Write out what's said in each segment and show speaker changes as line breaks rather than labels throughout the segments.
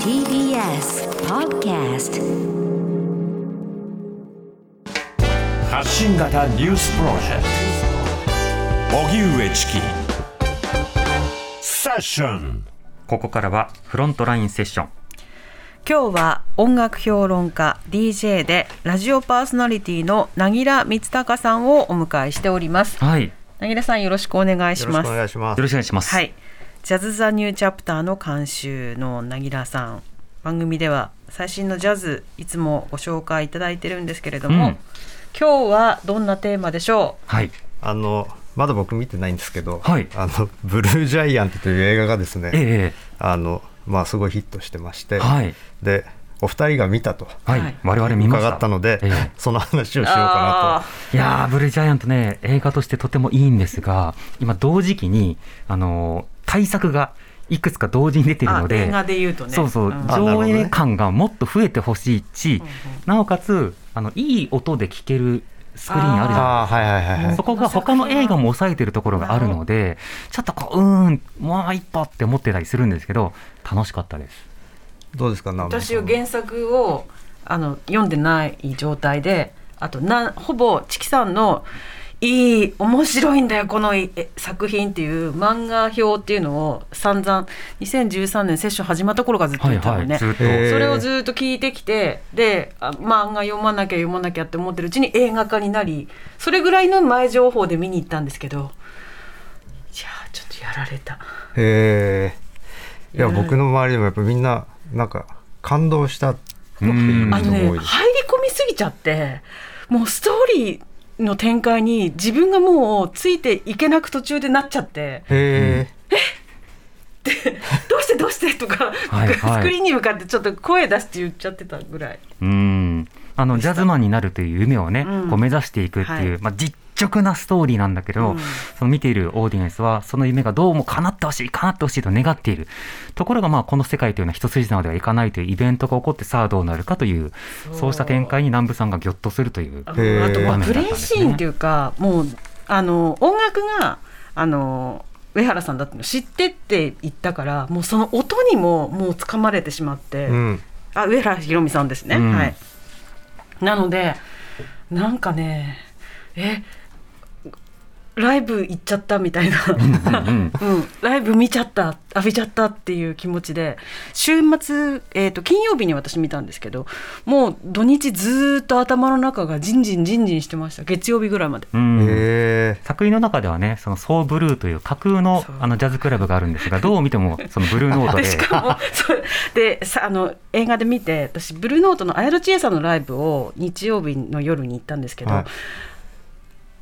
TBS Podcast
発信型ニュースプロジェクト荻上チキセッション
ここからはフロントラインセッション
今日は音楽評論家 DJ でラジオパーソナリティのなぎら光隆さんをお迎えしております
はいよ
なぎらさんよろしくお願いし
よろ
ま
しく
す
お願いします。
ろしくお願いします
はいジャズ・ザ・ニューチャプターの監修のなぎらさん番組では最新のジャズいつもご紹介いただいてるんですけれども、
うん
今日はどんなテーマでしょ
はい
あのまだ僕見てないんですけど、
はい
あのブルージャイアントという映画がです
ええ
ね、
え
あのまあすごいヒットしてまして、
えはい
でお二人が見たと
はい、
はい
我々見ました
伺ったので、
ええ
その話を
う
しようか
いやーブルージャイアントね映画としてとてもいいんですが今同時期にあのー対策がいくつか同時に出ている
あ
ので
映画で言うとね
そうそう、
ん
あなるほ
上
どね
映感がもっと増えてほしいし、
うん
なおかつあのいい音で聴けるスクリーンある
な
じゃないですか
と。ああはいはいはいはい
そ。こが他の映画も抑えてるところがあるので、ちょっとこう、うーん、もう一歩って思ってたりするんですけど、楽しかったです。
どうですか南部さ
私
ん
は原作をあの読んでない状態であとなほぼチキさんのいい面白いんだよこのいえ作品っていう漫画表っていうのを散々2013年セッション始まった頃からずっと
はい
見た
は
の
い、
ね、
ずっと。
え
それをずっと聞いてきてであ漫画読まなきゃ読まなきゃって思ってるうちに映画化になりそれぐらいの前情報で見に行ったんですけどいやーちょっとやられた。
へえいや
いや
僕の周りでもやっぱみんななんか感動したっていう
あの
人
ね、入り込
が多いです。
みすぎちゃって、もうストーリーの展開に自分がもうついていけなく途中でなっちゃって、
へ
どうしてどうしてとか、
はいはい
スクリーンに向かってちょっと声出して言っちゃってたぐらい。
うん。あの、ジャズマンになるという夢をね、
うん
こう目指していくっていう、
はい
まあ、実直なストーリーなんだけど、
うん
その見ているオーディエンスは、その夢がどうも叶ってほしい、叶ってほしいと願っている。ところが、まあ、この世界というのは一筋縄ではいかないというイベントが起こって、さあどうなるかという、そうした展開に南部さんがぎょっとするという。
あ
へー
あとま
場
あ
面だっ
プ
たんですね
レイシーンっていうか、もうあの音楽があの上原さんだっての知ってって言ったからもうその音にももうつかまれてしまって、
えうん
あ上原ひろみさんですね、
うん
はいなのでなんかねえライブ行っちゃったみたいな、
うん
うん、ライブ見ちゃった浴びちゃったっていう気持ちで週末、えー、と金曜日に私見たんですけどもう土日ずーっと頭の中がジンジンジンジンしてました月曜日ぐらいまで。
うん。うん
へえ
作品の中ではね、そのソーブルーという架空の
そう
あのジャズクラブがあるんですが、どう見てもそのブルーノート
で
で。
しかもそうでさあの映画で見て私ブルーノートのアヤロチエさんのライブを日曜日の夜に行ったんですけど、
はい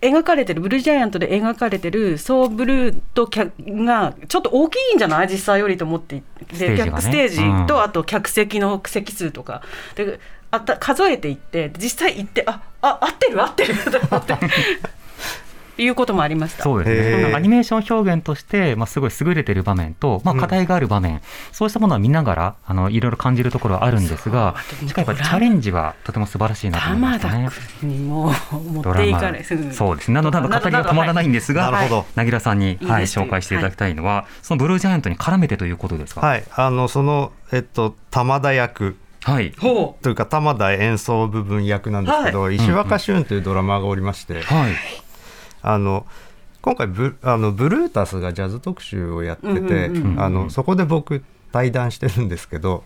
描かれてるブルージャイアントで描かれてるソーブルーと客がちょっと大きいんじゃない実際よりと思って
ステー
で
ジがね
客ステージ
うん
とあと客席の席数とか。であった数えていって実際行ってああ合ってる合ってると思って いうこともありました。
そうです
へ
ね。
ー
なんかアニメーション表現として、まあ、すごい優れてる場面と、まあ、
うん
課題がある場面、そうしたものは見ながら、あの、いろいろ感じるところはあるんですが
そうあと、
しかもやっぱチャレンジはとても素晴らしいなと思いま
玉
した
田
ね。
君にもう持
ド
って
ラ
い
マ
かれん
そうですね。なので、語りが止まらないんです
なる
が、
ほど。
なぎらさんに、
いい
はい、
ですよ
紹介していただきたいのは、そのブルージャイアントに絡めてということですか。
はいあのそのえっと玉田役
はい。
ほ
というか玉田演奏部分役なんですけど、石若俊というドラマーがおりまして、
はい。
あの今回ブあのブルータスがジャズ特集をやってて、
うんうん
うん
あのそこで僕対談してるんですけど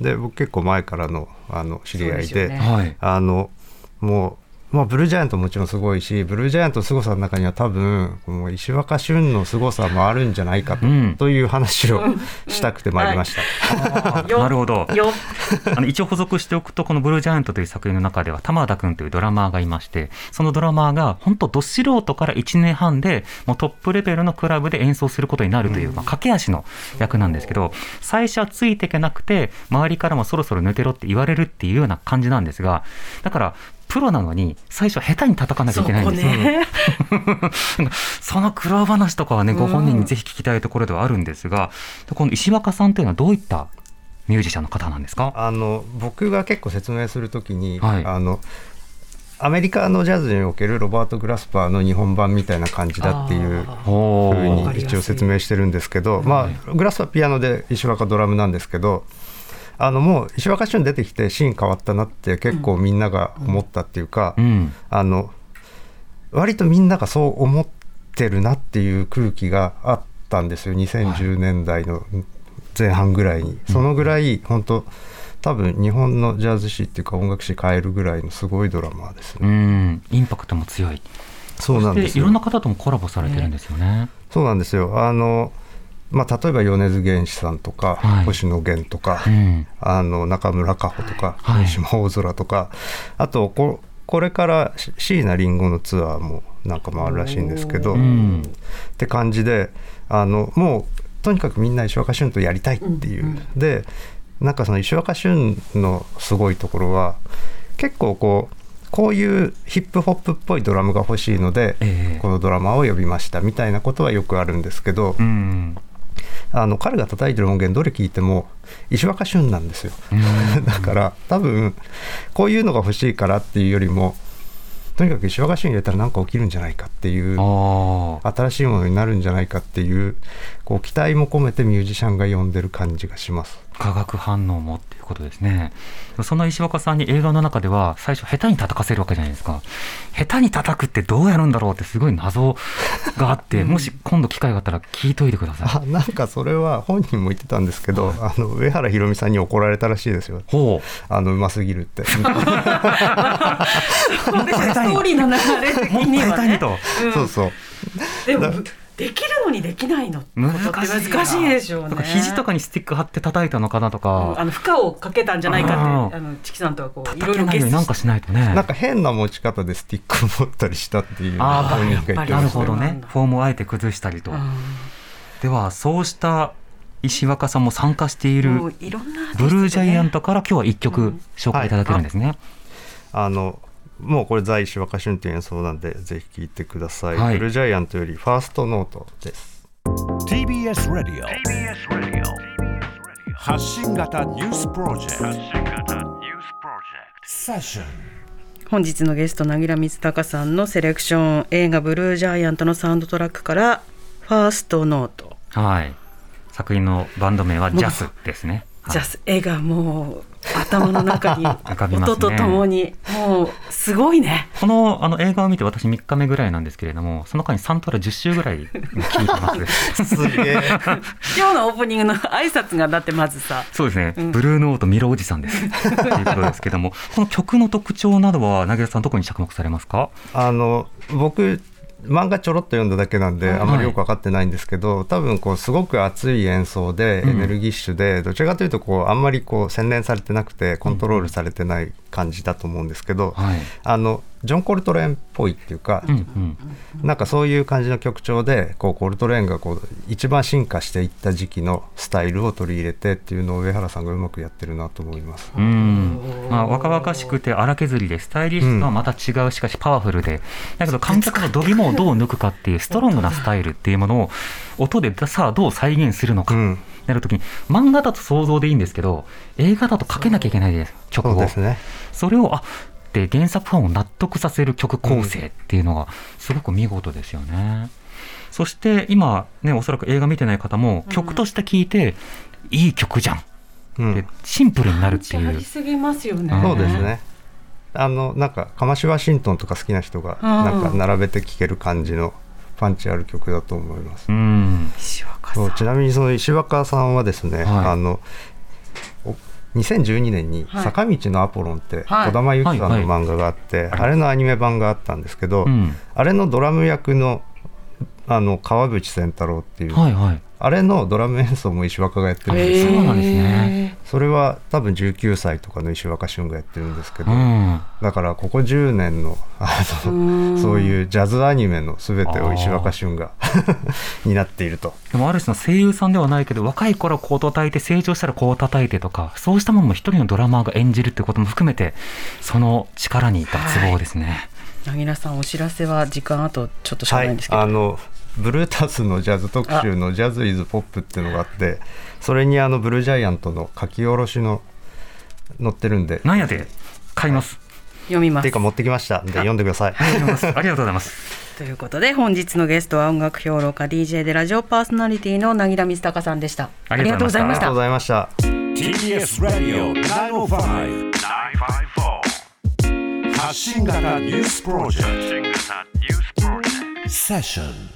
で僕結構前からのあの知り合い
そうで
で。
すよね
はい。
あのもう、まあ、ブルージャイアントももちろんすごいしブルージャイアントの凄さの中には多分この石若俊の凄さもあるんじゃないかと,、
うん
という話をしたくてまいりました。
うよ
なるほど。
よ
あの一応補足しておくとこの「ブルージャイアント」という作品の中では玉田君というドラマーがいましてそのドラマーが本当ど素人から1年半でもうトップレベルのクラブで演奏することになるという、まあ、駆け足の役なんですけど最初はついていけなくて周りからもそろそろ抜けろって言われるっていうような感じなんですがだからプロなのに最初下手に叩かなきゃい
そ
けないん
こ
ですよ
ね
その苦労話とかはねご本人にぜひ聞きたいところではあるんですが、でこの石若さんというのはどういったミュージシャンの方なんですか
あの僕が結構説明するときに、
はい
あのアメリカのジャズにおけるロバート・グラスパーの日本版みたいな感じだっていう
あ
お
ふう
ー
に一応説明してるんですけど、まあ、グラスはピアノで石若ドラムなんですけどあのもう石若俊出てきてシーン変わったなって結構みんなが思ったっていうか、
うん
あの割とみんながそう思ってるなっていう空気があったんですよ2010年代の前半ぐらいに、そのぐらい本当多分日本のジャズ史っていうか音楽史変えるぐらいのすごいドラマーです
う
ね。
ん、インパクトも強い。
そうなんです
い
よ
ろんな方ともコラボされてるんですよね。
そうなんですよあの、まあ、例えば米津玄師さんとか、
はい
星野源とか、
うん
あの中村佳穂とか、
はい
上島大空とかあとここれからし椎名林檎のツアーもなんか回るらしいんですけど、
ん
って感じであのもうとにかくみんな石若俊とやりたいっていう、でなんかその石若俊のすごいところは結構こうこういうヒップホップっぽいドラムが欲しいので、
ええ
このドラマーを呼びましたみたいなことはよくあるんですけど、
うん、
あの彼が叩いてる音源どれ聞いても石若俊なんですよ、 だから多分こういうのが欲しいからっていうよりもとにかく石若俊入れたら何か起きるんじゃないかっていう
ああ、
新しいものになるんじゃないかっていうこう期待も込めてミュージシャンが呼んでる感じがします。
化学反応もっていうことですね。その石若さんに映画の中では最初下手に叩かせるわけじゃないですか。下手に叩くってどうやるんだろうってすごい謎があって、もし今度機会があったら聞いといてくださ
あなんかそれは本人も言ってたんですけど、あの上原ひろみさんに怒られたらしいですよ
い。ほ
あのうますぎるって
そうですねストーリーの流れ 的
う、もっと
に
下
は
手に
ね。
と。
うん
そうそう
でもできるのにできないのってことって
難しいな
難しいでしょう
と
ね。
か肘とかにスティック貼って叩いたのかなと
うんあ
か、
の負荷をかけたんじゃないかって
う
あのチキさんとはこうい
叩
ろい
け
ろ
ないよ
ゲ
うに
ス
なんかしないとね。
なんか変な持ち方でスティックを持ったりしたっていう
ああ、やっ
言
ぱ
っ
り
て
な
ま
る
した
ほ
よ
どね。フォームをあえて崩したりと。ではそうした石若さんも参加してい
うんも
る
ういろんなアーティスト
ブ
でね
ルージャイアントから今日は一
う
曲
ん
紹介いただけるんですね。
あのもうこれ在石若俊という演奏なんでぜひ聴いてください、
はい
ブルージャイアントよりファーストノートです
TBS Radio 発信型ニュースプロジェクトセッション
本日のゲストなぎらみつたかさんのセレクション映画「ブルージャイアント」のサウンドトラックから「ファーストノート
はい。作品のバンド名はジャスですね。」
ジャス絵がもう頭の中に
浮かびますね
音とともにもうすごいね
このあの映画を見て私3日目ぐらいなんですけれども、その間にサントラ10週ぐらい聞いてます。
すげえ
今日のオープニングの挨拶がだってまずさ
そうですね、
うん
ブルーノートミロおじさんですということですけども、この曲の特徴などは、なぎらさん、どこに着目されますか
あの僕漫画ちょろっと読んだだけなんであまりよく分かってないんですけど、多分こうすごく熱い演奏でエネルギッシュで、どちらかというとこうあんまりこう洗練されてなくてコントロールされてない感じだと思うんですけど、
はい
あのジョン・コルトレーンっぽいっていうか、
うんうん、
なんかそういう感じの曲調でこうコルトレーンがこう一番進化していった時期のスタイルを取り入れてっていうのを上原さんがうまくやってるなと思います。
うんまあ、若々しくて荒削りでスタイリッシュとはまた違うしかしパワフルでだけど観客の度肝をどう抜くかっていうストロングなスタイルっていうものを音でさあどう再現するの
う
か
ん
なるときに漫画だと想像でいいんですけど映画だと書けなきゃいけないです曲
そう
を
ですね
それをあで原作ファンを納得させる曲構成っていうのがすごく見事ですよね。そして今ねおそらく映画見てない方も曲として聴いていい曲じゃんっ
う
て
ん、
シンプルになるって
あ
いう
り。すぎますよね
うん
そうですね。あのなんかカマシワシントンとか好きな人がなんか並べて聴ける感じのパンチある曲だと思います。
うん
石若さ
そ
ん
うちなみにその石若さんはですね、
はい
あのお2012年に「
はい
坂道のアポロン」って
はい
児玉由紀さん
はい
の
は
漫画があって、あれのアニメ版があったんですけど、
うん
あれのドラム役のあの川口仙太郎っていう、
はいはい。
あれのドラム演奏も石若がやってるんです、
へそうなんですね
それは多分19歳とかの石若俊がやってるんですけど、
うん。
だからここ10年のあのそういうジャズアニメの全てを石若俊が 担っていると
でもある種の声優さんではないけど、若い頃こう叩いて、成長したらこう叩いてとか、そうしたものも一人のドラマーが演じるってことも含めて、その力に脱帽ですね。
なぎらさんお知らせは時間あとちょっとしか
は
ないん
い
ですけど、
あのブルータスのジャズ特集の「ジャズ・イズ・ポップ」っていうのがあってそれにあのブルージャイアントの書き下ろしの載ってるんで
なんやで買います。
読みま
っ
す
ていうか持ってきましたんで読んでください。
ありがとうご ざいますありがとうございます。
ということで本日のゲストは音楽評論家 DJ でラジオパーソナリティの凪田水隆さんでした
ありがとうござい
あり
ま
が
し
とうございました。
TBS Radio 905 955発信型ニュースプロジェクトセッション